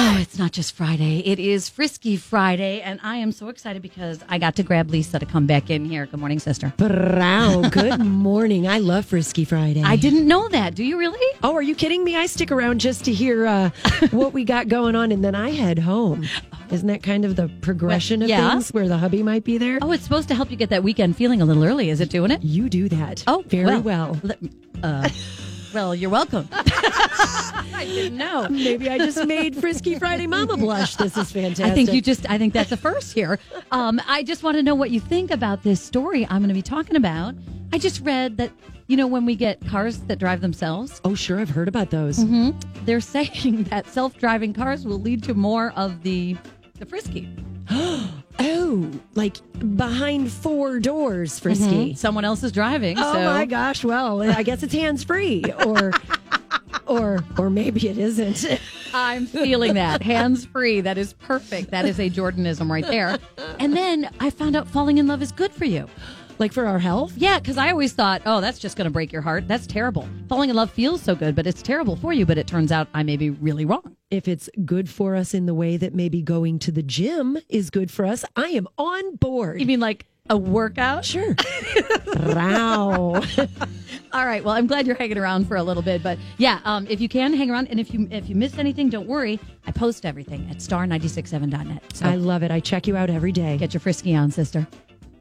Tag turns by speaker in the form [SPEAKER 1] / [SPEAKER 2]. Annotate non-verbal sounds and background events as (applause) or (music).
[SPEAKER 1] Oh, it's not just Friday. It is Frisky Friday, and I am so excited because I got to grab Lisa to come back in here. Good morning, sister.
[SPEAKER 2] Brow. (laughs) Good morning. I love Frisky Friday.
[SPEAKER 1] I didn't know that. Do you really?
[SPEAKER 2] Oh, are you kidding me? I stick around just to hear uh, what we got going on, and then I head home. Isn't that kind of the progression of
[SPEAKER 1] Yeah.
[SPEAKER 2] things where the hubby might be there?
[SPEAKER 1] Oh, it's supposed to help you get that weekend feeling a little early. Is it doing it?
[SPEAKER 2] You do that.
[SPEAKER 1] Oh,
[SPEAKER 2] very well.
[SPEAKER 1] Let- uh, well, you're welcome. (laughs) I didn't know.
[SPEAKER 2] Maybe I just made Frisky Friday Mama blush. This is fantastic.
[SPEAKER 1] I think you just. I think that's a first here. Um, I just want to know what you think about this story I'm going to be talking about. I just read that you know when we get cars that drive themselves,
[SPEAKER 2] Oh, sure. I've heard about those.
[SPEAKER 1] they're saying (laughs) that self-driving cars will lead to more of the the frisky.
[SPEAKER 2] Oh, like behind four doors, Frisky.
[SPEAKER 1] Someone else is driving.
[SPEAKER 2] Oh
[SPEAKER 1] so.
[SPEAKER 2] my gosh! Well, I guess it's hands free, or, or, or maybe it isn't.
[SPEAKER 1] I'm (laughs) feeling
[SPEAKER 2] (laughs)
[SPEAKER 1] that. Hands free. That is perfect. That is a Jordanism right there. And then I found out falling in love is good for you.
[SPEAKER 2] Like for our health.
[SPEAKER 1] Yeah, because I always thought, oh, that's just going to break your heart. That's terrible. Falling in love feels so good, but it's terrible for you. But it turns out I may be really wrong.
[SPEAKER 2] If it's good for us in the way that maybe going to the gym is good for us, I am on board.
[SPEAKER 1] You mean like a workout?
[SPEAKER 2] sure. (laughs) wow.
[SPEAKER 1] All right. Well, I'm glad you're hanging around for a little bit. But yeah, um, if you can hang around, and if you if you miss anything, don't worry. I post everything at star967.net. So
[SPEAKER 2] I love it. I check you out every day.
[SPEAKER 1] get your frisky on, sister.